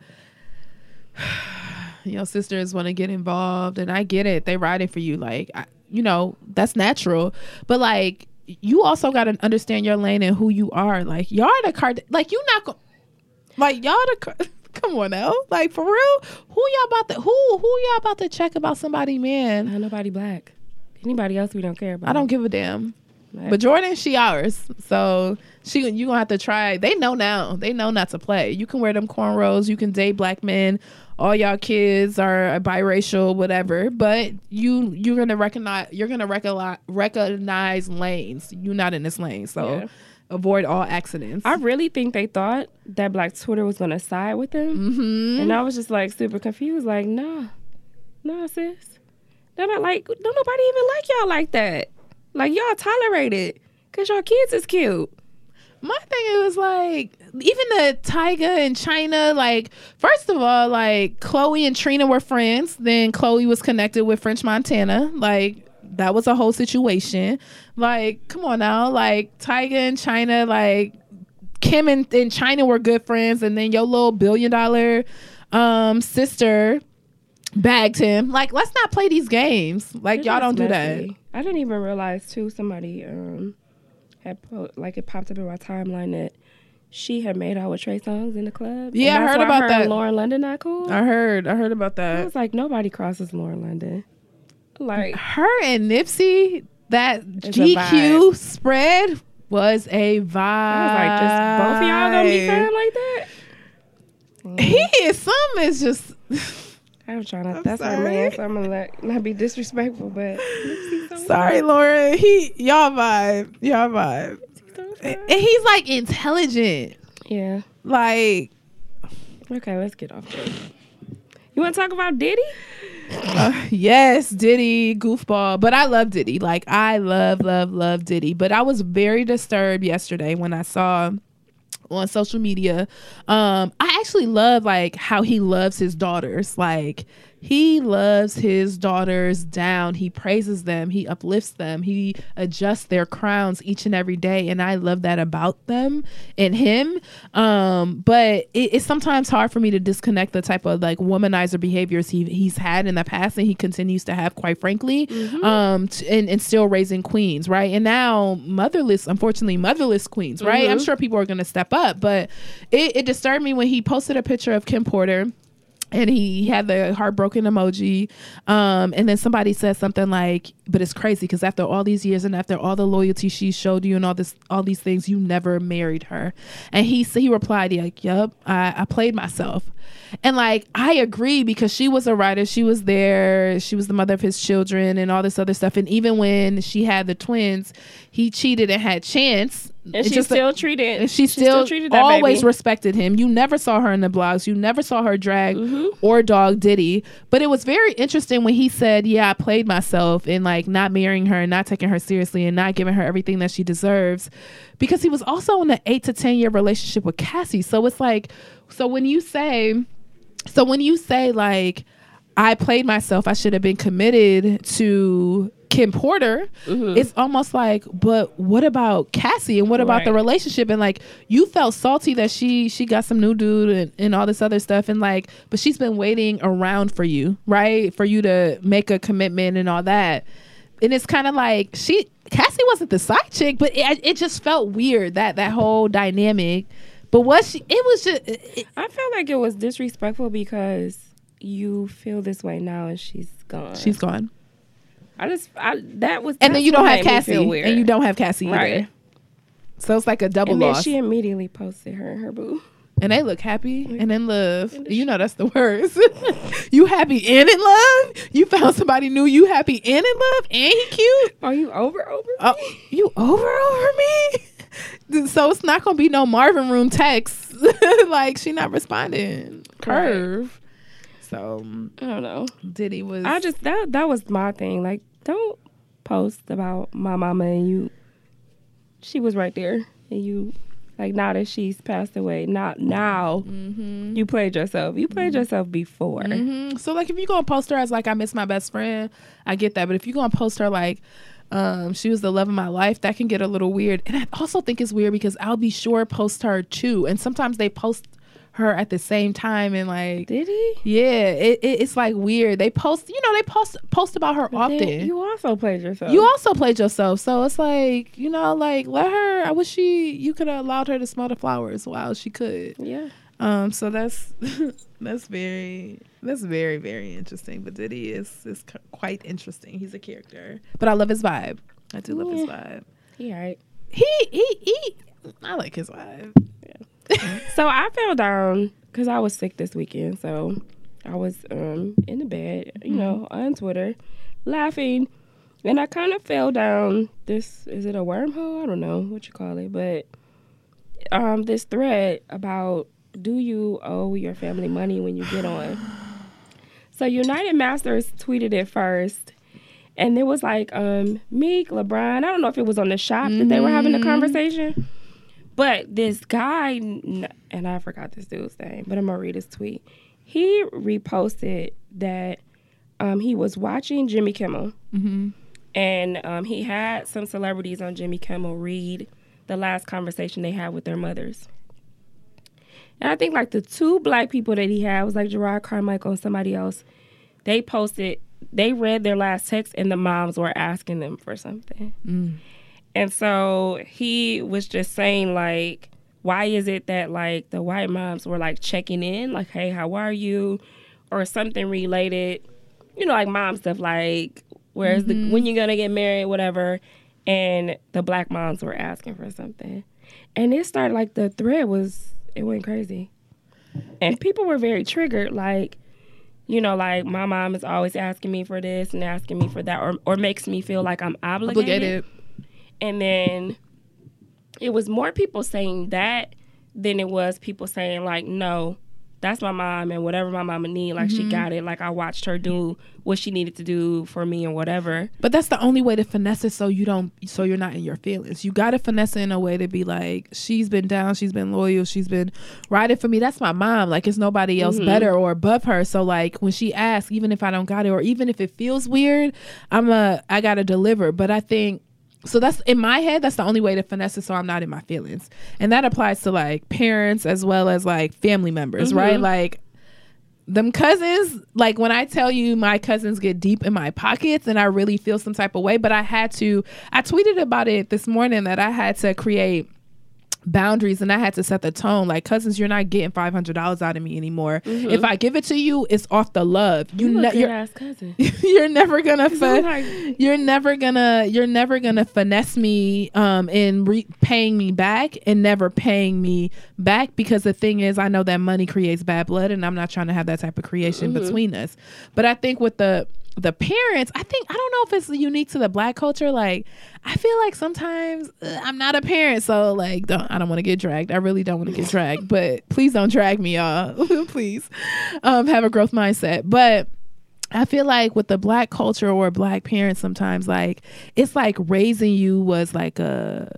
*sighs* Your sisters want to get involved, and I get it. They riding for you, like I, you know that's natural. But like you also got to understand your lane and who you are. Like y'all the card. Like you not go- like y'all the. Card- *laughs* Come on now, like for real, who y'all about to who who y'all about to check about somebody, man? not nobody black. Anybody else we don't care about. I don't give a damn. Like, But Jordan, she ours. So she you gonna have to try. They know now. They know not to play. You can wear them cornrows. You can date black men. All y'all kids are biracial, whatever. But you you're gonna recognize you're gonna recognize recognize lanes. You're not in this lane, so Yeah. avoid all accidents. I really think they thought that Black Twitter was gonna side with them, mm-hmm. and I was just like super confused. Like, nah, nah, sis, they're not like don't nobody even like y'all like that. Like y'all tolerate it because y'all kids is cute. My thing it was like even the Tyga and China, like first of all, like Chloe and Trina were friends. Then Chloe was connected with French Montana. Like that was a whole situation. Like, come on now, like Tyga and China, like Kim and, and China were good friends, and then your little billion dollar um sister bagged him. Like, let's not play these games. Like, It's y'all just don't do that. messy. I didn't even realize too. Somebody um had po- like it popped up in my timeline that she had made out with Trey Songs in the club. and Yeah, I that's heard why about her that. And Lauren London not cool. I heard. I heard about I that. was like, nobody crosses Lauren London. Like Her and Nipsey, that It's a GQ vibe. spread was a vibe. I was like, just both of y'all gonna be friends like that? *laughs* He is some is just *laughs* I'm trying to. that's my sorry. man. So I'm gonna let, not be disrespectful, *laughs* but sorry, Lauren. He y'all vibe. Y'all vibe. And sorry. he's like intelligent. yeah. Like Okay, let's get off. This. You want to talk about Diddy? Uh, *laughs* yes, Diddy, goofball. But I love Diddy. Like I love, love, love Diddy. But I was very disturbed yesterday when I saw on social media. Um, I actually love like how he loves his daughters. Like he loves his daughters down. He praises them. He uplifts them. He adjusts their crowns each and every day. And I love that about them and him. Um, but it, it's sometimes hard for me to disconnect the type of like womanizer behaviors he he's had in the past and he continues to have, quite frankly, um, t- and and still raising queens, right? And now motherless, unfortunately, motherless queens, right? I'm sure people are going to step up, but it, it disturbed me when he posted a picture of Kim Porter and he had the heartbroken emoji um, and then somebody said something like but it's crazy because after all these years and after all the loyalty she showed you and all this all these things you never married her and he s- he replied like yup I, I played myself and like i agree because she was a writer she was there she was the mother of his children and all this other stuff and even when she had the twins he cheated and had chance And It she just- still treated. and she, still, always respected him. You never saw her in the blogs. You never saw her drag or dog Diddy. But it was very interesting when he said, "Yeah, I played myself in like not marrying her and not taking her seriously and not giving her everything that she deserves," because he was also in an eight to ten year relationship with Cassie. So it's like, so when you say, so when you say like, I played myself, I should have been committed to. Kim Porter, it's almost like, but what about Cassie and what about the Right. relationship and like you felt salty that she she got some new dude and, and all this other stuff and like but she's been waiting around for you right for you to make a commitment and all that and it's kind of like she cassie wasn't the side chick but it, it just felt weird that that whole dynamic but what she it was just it, I feel like it was disrespectful because you feel this way now, and she's gone. she's gone I just. I that was. and then that's you don't what have made me cassie feel weird. and you don't have cassie either Right. so it's like a double And then loss she immediately posted her and her boo. and they look happy Mm-hmm. and in love. You know that's the worst. *laughs* you happy and in love. You found somebody new. You happy and in love, and he cute. Are you over over? Oh, you over over me. *laughs* So it's not gonna be no Marvin Room text. *laughs* like she not responding. Curve. So um, I don't know. Diddy was. I just that that was my thing. Like, don't post about my mama and you. She was right there, and you, like, now that she's passed away, not now. Mm-hmm. You played yourself. You played yourself before. Mhm. So like if you gonna post her as like I miss my best friend, I get that. But if you gonna post her like um she was the love of my life, that can get a little weird. And I also think it's weird because I'll be sure post her too. And sometimes they post her at the same time and like Did he? yeah, it, it, it's like weird. They post you know, they post post about her often. Then you- you also played yourself. also played yourself, so it's like you know, like let her. I wish she you could have allowed her to smell the flowers while she could. yeah. Um, so that's *laughs* that's very that's very very interesting. But Diddy is is cu- quite interesting. He's a character, but I love his vibe. I do love his vibe. He all right. He he he. I like his vibe. *laughs* So I fell down because I was sick this weekend. So I was um in the bed, you know, on Twitter, laughing, and I kind of fell down. This is it a wormhole? I don't know what you call it, but um, this thread about do you owe your family money when you get on? So United Masters tweeted it first. And it was like um, Meek, LeBron. I don't know if it was on the shop that they were having the conversation, But this guy, n- and I forgot this dude's name, but I'm gonna read his tweet. He reposted that um, he was watching Jimmy Kimmel, and um, he had some celebrities on Jimmy Kimmel read the last conversation they had with their mothers. And I think like the two black people that he had was like Gerard Carmichael and somebody else. They posted, they read their last text, and the moms were asking them for something. And so he was just saying like, why is it that like the white moms were like checking in, like, hey, how are you, or something related, you know, like mom stuff, like where's the when you gonna get married, whatever. And the black moms were asking for something, and it started like the thread was it went crazy, and people were very triggered, like you know, like my mom is always asking me for this and asking me for that, or or makes me feel like I'm obligated Obligated. and then it was more people saying that than it was people saying like no that's my mom and whatever my mama need like she got it like i watched her do what she needed to do for me and whatever But that's the only way to finesse it so you don't so you're not in your feelings. You gotta finesse it in a way to be like, she's been down, she's been loyal, she's been riding for me. That's my mom. Like it's nobody else better or above her. So like when she asks, even if I don't got it or even if it feels weird, I'm a I gotta deliver. But I think so that's in my head, that's the only way to finesse it so I'm not in my feelings. And that applies to like parents as well as like family members, right? Like them cousins like when i tell you my cousins get deep in my pockets and i really feel some type of way but i had to i tweeted about it this morning that i had to create boundaries and i had to set the tone like cousins you're not getting $500 out of me anymore if i give it to you it's off the love you you ne- a good you're, ass cousin *laughs* you're never gonna fin- like- you're never gonna you're never gonna finesse me um in re- paying me back and never paying me back because the thing is i know that money creates bad blood and i'm not trying to have that type of creation between us but i think with the the parents i think i don't know if it's unique to the black culture like i feel like sometimes uh, i'm not a parent so like don't i don't want to get dragged i really don't want to get dragged but please don't drag me y'all *laughs* please um have a growth mindset but I feel like with the black culture or black parents sometimes like it's like raising you was like a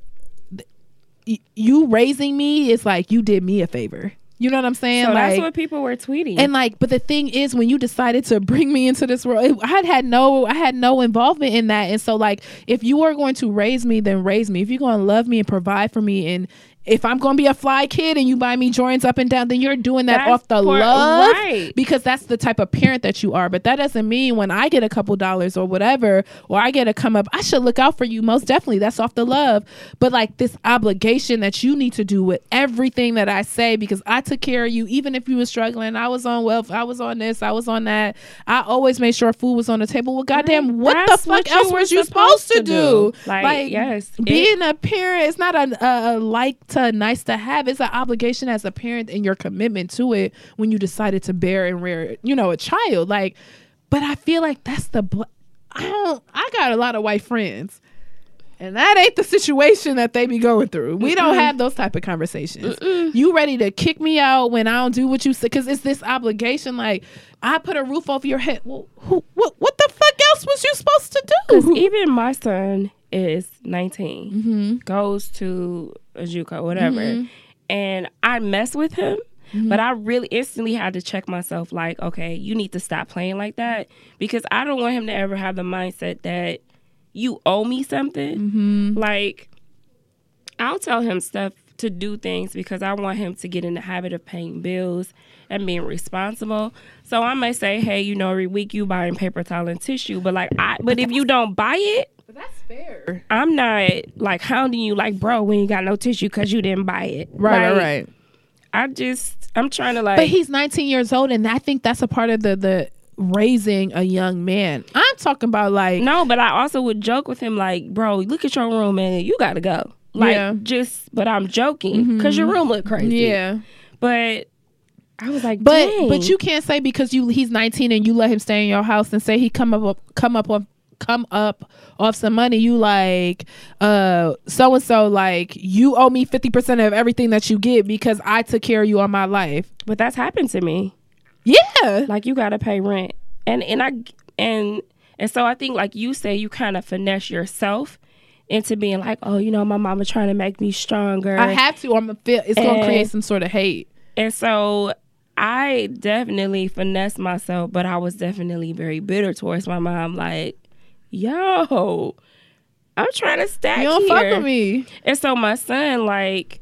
y- you raising me is like you did me a favor. You know what I'm saying? so like that's what people were tweeting and like, but the thing is, when you decided to bring me into this world, it- I had had no, I had no involvement in that. And so, like, if you are going to raise me, then raise me. If you're going to love me and provide for me, and if I'm going to be a fly kid and you buy me joints up and down, then you're doing that That's off the for- love right. because that's the type of parent that you are. But that doesn't mean when I get a couple dollars or whatever, or I get a come up, I should look out for you. Most definitely, that's off the love. But like this obligation that you need to do with everything that I say because I took care of you, even if you were struggling. I was on wealth, I was on this, I was on that. I always made sure food was on the table. Well, goddamn, what the That's fuck what you else were was you supposed supposed to to do? do. Like, yes, it- being a parent is not a, a, a like to nice to have. It's an obligation as a parent and your commitment to it when you decided to bear and rear, you know, a child. Like, but I feel like that's the. Bl- I don't. I got a lot of white friends, and that ain't the situation that they be going through. We don't have those type of conversations. You ready to kick me out when I don't do what you say? Because it's this obligation. Like, I put a roof over your head. Well, who, what, what the fuck else was you supposed to Because do? even my son is 19, goes to a JUCO, whatever. And I mess with him, but I really instantly had to check myself like, okay, you need to stop playing like that because I don't want him to ever have the mindset that you owe me something. Like, I'll tell him stuff to do things because I want him to get in the habit of paying bills and being responsible. So I may say, hey, you know, every week you buying paper towel and tissue, but like I but if you don't buy it, That's fair. I'm not like hounding you like, bro, we ain't got no tissue because you didn't buy it. Right, Like, right, right. I just I'm trying to like But he's 19 years old, and I think that's a part of the the raising a young man. I'm talking about like No, but I also would joke with him like, bro, look at your room, man. You gotta go. Like Yeah. Mm-hmm. just but I'm joking because your room look crazy. yeah, But I was like, but Dang. but you can't say because you he's 19 and you let him stay in your house and say he come up come up on come up off some money you like uh so and so like you owe me 50% of everything that you get because I took care of you all my life. but that's happened to me. Yeah. like you gotta pay rent and and i and and so i think like you say you kind of finesse yourself into being like, oh, you know, my mama trying to make me stronger. I have to. or I'm gonna feel it's gonna And- create some sort of hate. And so I definitely finessed myself, but I was definitely very bitter towards my mom. Like, yo, I'm trying to stack You don't here. fuck with me. And so my son, like,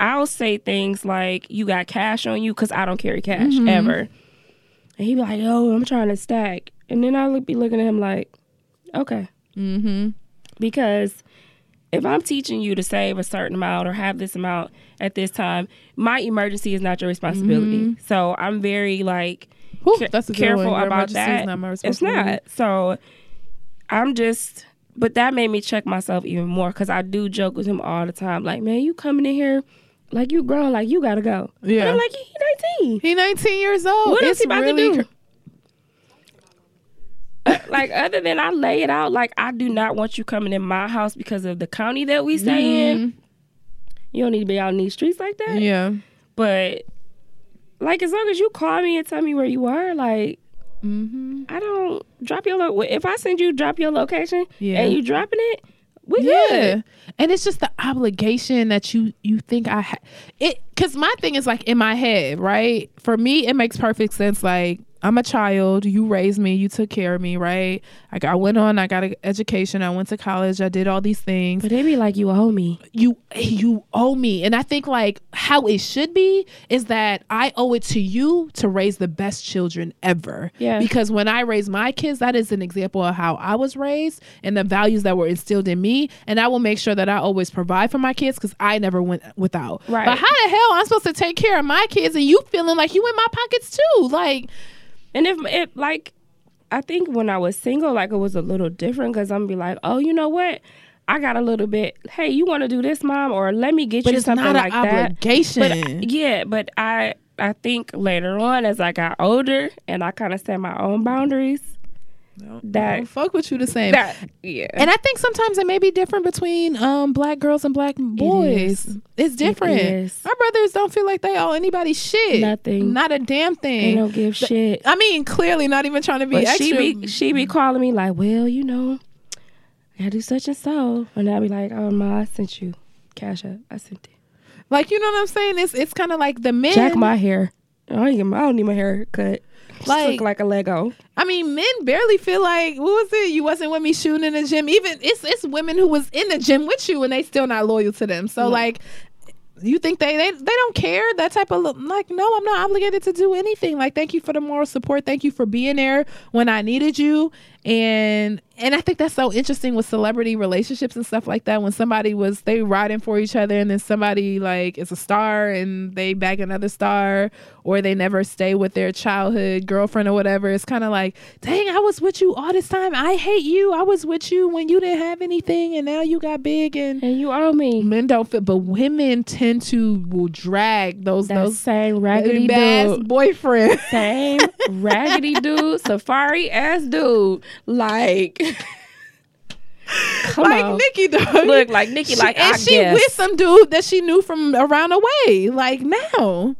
I'll say things like, "You got cash on you?" Because I don't carry cash ever. And he'd be like, "Oh, I'm trying to stack," and then I'll be looking at him like, "Okay," Mm-hmm. because if I'm teaching you to save a certain amount or have this amount at this time, my emergency is not your responsibility. So I'm very like Whew, ca- that's a good careful one. Your about emergency is that. not my it's responsibility. not. So I'm just, but that made me check myself even more because I do joke with him all the time. Like, man, you coming in here like you grown, like you gotta go. Yeah. and I'm like, he 19. He 19 years old. What else it's he about really, to do? *laughs* like other than I lay it out, like I do not want you coming in my house because of the county that we stay in. You don't need to be out in these streets like that. Mm-hmm. Yeah. But like as long as you call me and tell me where you are, like Mm-hmm. I don't drop your lo- if I send you drop your location Yeah. and you dropping it, we Yeah. good. And it's just the obligation that you you think I ha- it cuz my thing is like in my head, right? For me it makes perfect sense like I'm a child, you raised me, you took care of me, right? I, got, I went on, I got an education, I went to college, I did all these things. But they be like you owe me. you you owe me and i think like how it should be is that i owe it to you to raise the best children ever Yeah. because when i raise my kids that is an example of how i was raised and the values that were instilled in me and i will make sure that i always provide for my kids because i never went without Right. but how the hell i'm supposed to take care of my kids and you feeling like you in my pockets too like And if it like, I think when I was single, like it was a little different because I'm be like, oh, you know what? I got a little bit. Hey, you want to do this, mom, or let me get but you it's something not like an that. But obligation yeah, but I I think later on as I got older and I kind of set my own boundaries. I That don't fuck with you the same that yeah. And I think sometimes it may be different between um, black girls and black boys. is. It's different. is. Our brothers don't feel like they owe anybody shit. Nothing. Not a damn they thing. don't give shit. I mean, clearly not even trying to be But extra. she be mm. she be calling me like, well, you know, I gotta do such and so, and I be like, oh ma, I sent you cash up. I sent it. like you know what I'm saying? It's it's kind of like the men. Jack my hair. I don't, even, I don't need my hair cut. Just Like- look like a Lego. I mean, men barely feel like what was it? You wasn't with me shooting in the gym. Even it's it's women who was in the gym with you and they still not loyal to them. So like. You think they, they they don't care that type of li- like no I'm not obligated to do anything like thank you for the moral support thank you for being there when I needed you and and I think that's so interesting with celebrity relationships and stuff like that when somebody was they riding for each other and then somebody like is a star and they bag another star or they never stay with their childhood girlfriend or whatever it's kind of like dang I was with you all this time I hate you I was with you when you didn't have anything and now you got big and And you owe me men don't fit, but women tend to will drag those that those same raggedy ass dude. boyfriend. Same raggedy *laughs* dude, safari ass dude. Like, *laughs* come like on. Nikki though. Look, like Nikki, She- like, and I she guess. with some dude that she knew from around the way. Like now,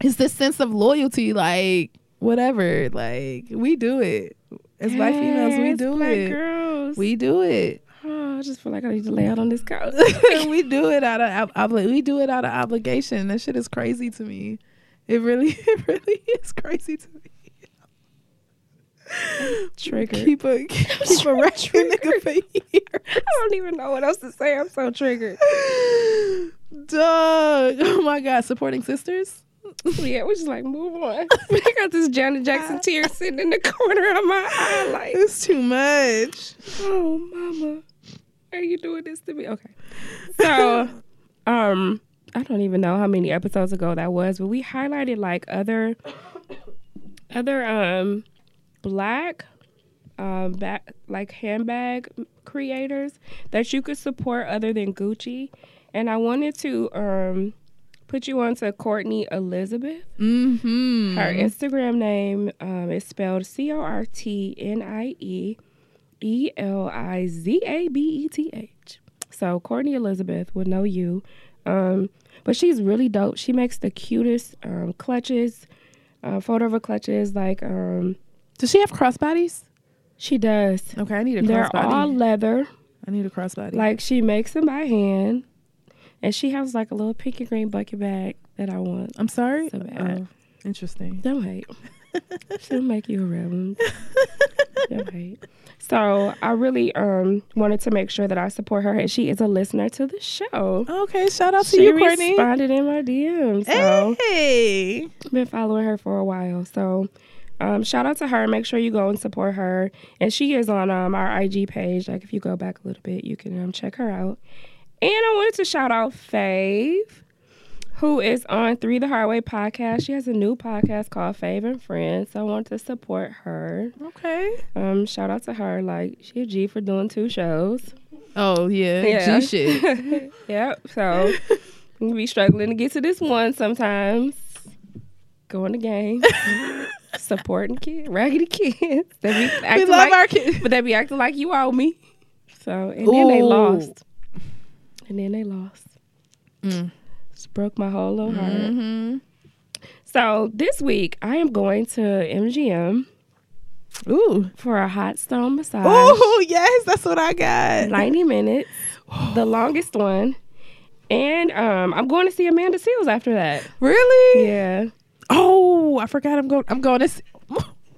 it's this sense of loyalty. Like whatever. Like we do it as black females. We Yes, do black it. girls. We do it. oh, I just feel like I need to lay out on this *laughs* couch. *laughs* we do it out of ob- obli- we do it out of obligation. That shit is crazy to me. It really, *laughs* it really is crazy to me. Triggered. Keep a *laughs* keep a ratchet nigga for *laughs* I *laughs* don't even know what else to say. I'm so triggered. *laughs* here. Doug, oh my god, supporting sisters. Yeah, we're just like, move on. *laughs* I got this Janet Jackson tear sitting in the corner of my eye. Like, It's too much. Oh, mama, are you doing this to me? Okay. So, um, I don't even know how many episodes ago that was, but we highlighted like other, other um, black, um, back like handbag creators that you could support other than Gucci, and I wanted to um. Put you on to Courtney Elizabeth. Mm-hmm. Her Instagram name um, is spelled C O R T N I E E L I Z A B E T H. So Courtney Elizabeth would know you. Um, but she's really dope. She makes the cutest um, clutches, uh, fold over clutches. Like um, Does she have crossbodies? she does. Okay, I need a They're crossbody. all leather. I need a crossbody. Like she makes them by hand, and she has like a little pink and green bucket bag that I want. I'm sorry. So bad. Oh, interesting. Don't hate. She'll make you a rebel. Don't *laughs* hate. So I really um wanted to make sure that I support her, and she is a listener to the show. Okay, shout out Oh, to she you, Courtney. responded in my DMs. So Hey. been following her for a while. So um, shout out to her. Make sure you go and support her. And she is on um, our IG page. Like if you go back a little bit, you can um, check her out. And I wanted to shout out Fave, who is on Three the Hard Way podcast. She has a new podcast called Fave and Friends. So I want to support her. Okay. Um, shout out to her. Like she a G for doing two shows. Oh yeah. Oh. Yeah. G *laughs* shit. *laughs* Yep. So we be struggling to get to this one sometimes. Go in the game. Supporting kids, raggedy kids. They be we acting love like, *laughs* our kids. but they be acting like you owe me. So and then they Ooh. lost. And then they lost. Mm. Just broke my whole little heart. Mm-hmm. So this week I am going to MGM Ooh. for a hot stone massage. Ooh, yes, that's what I got. 90 minutes, the longest one. And um, I'm going to see Amanda Seals after that. really? Yeah. Oh, I forgot I'm going I'm going to s- *laughs*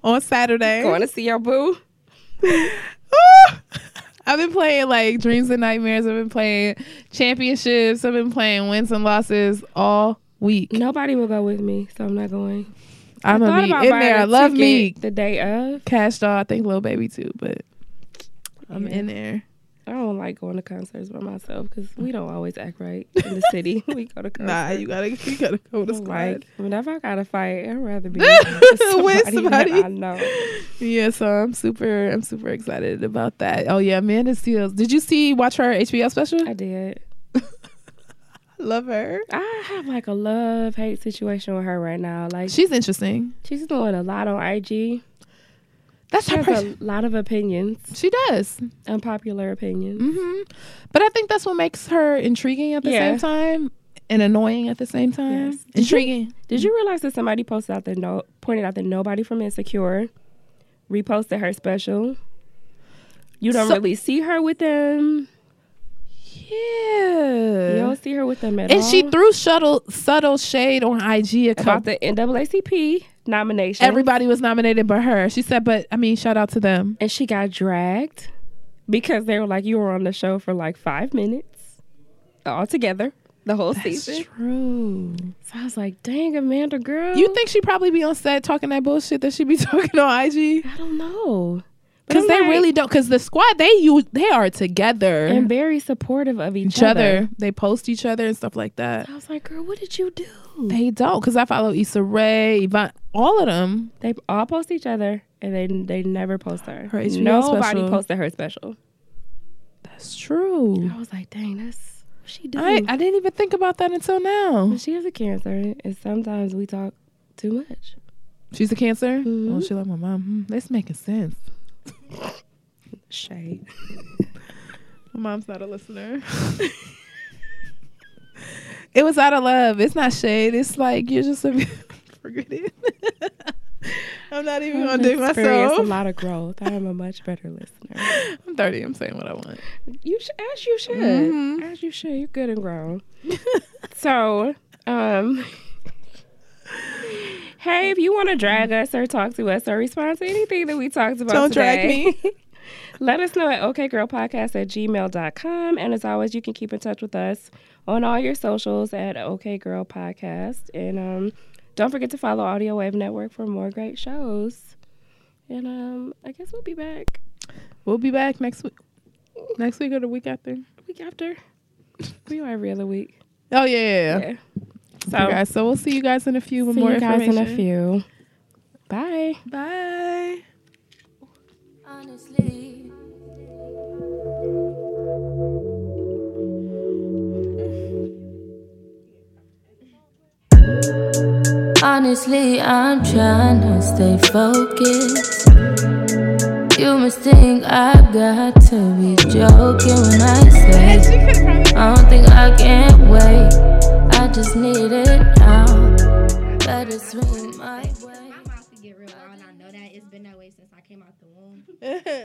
on Saturday. Going to see your boo. *laughs* Ooh. I've been playing like dreams and nightmares. I've been playing championships. I've been playing wins and losses all week. Nobody will go with me, so I'm not going. I'm I gonna thought be about in buying there. a I love ticket me. The day of, Cash doll. I think little baby too, but I'm in there. I don't like going to concerts by myself because we don't always act right in the *laughs* city. we go to concerts. Nah, you gotta *laughs* you gotta go to I'm squad. Oh, like whenever I gotta fight, I'd rather *laughs* be with somebody, With somebody. that I know. Yeah, so I'm super I'm super excited about that. Oh yeah, Amanda Seals. Did you see watch her HBO special? I did. love her. I have like a love hate situation with her right now. Like She's interesting. she's doing a lot on IG. That's She her has person. a lot of opinions, *laughs* She does. unpopular opinions. hmm But I think that's what makes her intriguing at the Yeah. same time and annoying at the same time. Yes. Did you- Intriguing. Did you realize that somebody posted out that no pointed out that nobody from Insecure reposted her special? You don't So- really see her with them. Yeah. You don't see her with them at and all. she threw subtle subtle shade on IG a about couple. the NAACP nomination, Everybody was nominated but her. She said, but I mean, shout out to them. and she got dragged because they were like, "You were on the show for like five minutes all together, the whole season." true. So I was like, "Dang, Amanda, girl, You think she probably be on set talking that bullshit that she be *laughs* talking on IG? I don't know." But Because I'm they like- really don't. Because the squad they use, they are together. and very supportive of each, each other. They post each other and stuff like that. I was like, "Girl, what did you do?" They don't. Because I follow Issa Rae, Yvonne, all of them. They all post each other, and they they never post her. Her HBO Nobody special. posted her special. That's true. I was like, dang, that's what she do. I, I didn't even think about that until now. And she has a cancer, and sometimes we talk too much. She's a cancer. Mhm. Oh, she like my mom. Hmm, that's making sense. Shade. My mom's not a listener. *laughs* it was out of love. It's not shade. It's like you're just a *laughs* forget it. *laughs* I'm not even gonna do Experienced a myself. lot of growth. I am a much better listener. I'm 30. I'm saying what I want. You sh- as you should, Mhm. Mm-hmm. as you should. You're good and *laughs* grown. so, um, hey, if you want to drag us or talk to us or respond to anything that we talked about, Don't drag *laughs* today, let us know at okgirlpodcast at gmail.com. And as always, you can keep in touch with us on all your socials at OK Girl Podcast. And um, don't forget to follow Audio Wave Network for more great shows. And um, I guess we'll be back We'll be back next week. Next week or the week after. week after. We are every other week. Oh yeah. yeah, yeah. Yeah. So, guys, so we'll see you guys in a few with see more you guys in information. a few. Bye. Bye. Honestly. Honestly, I'm trying to stay focused. You must think I've got to be joking when I say. I don't think I can wait. I just need it now. Better swing my way. I'm about to get real, and I know that it's been that way since I came out the womb.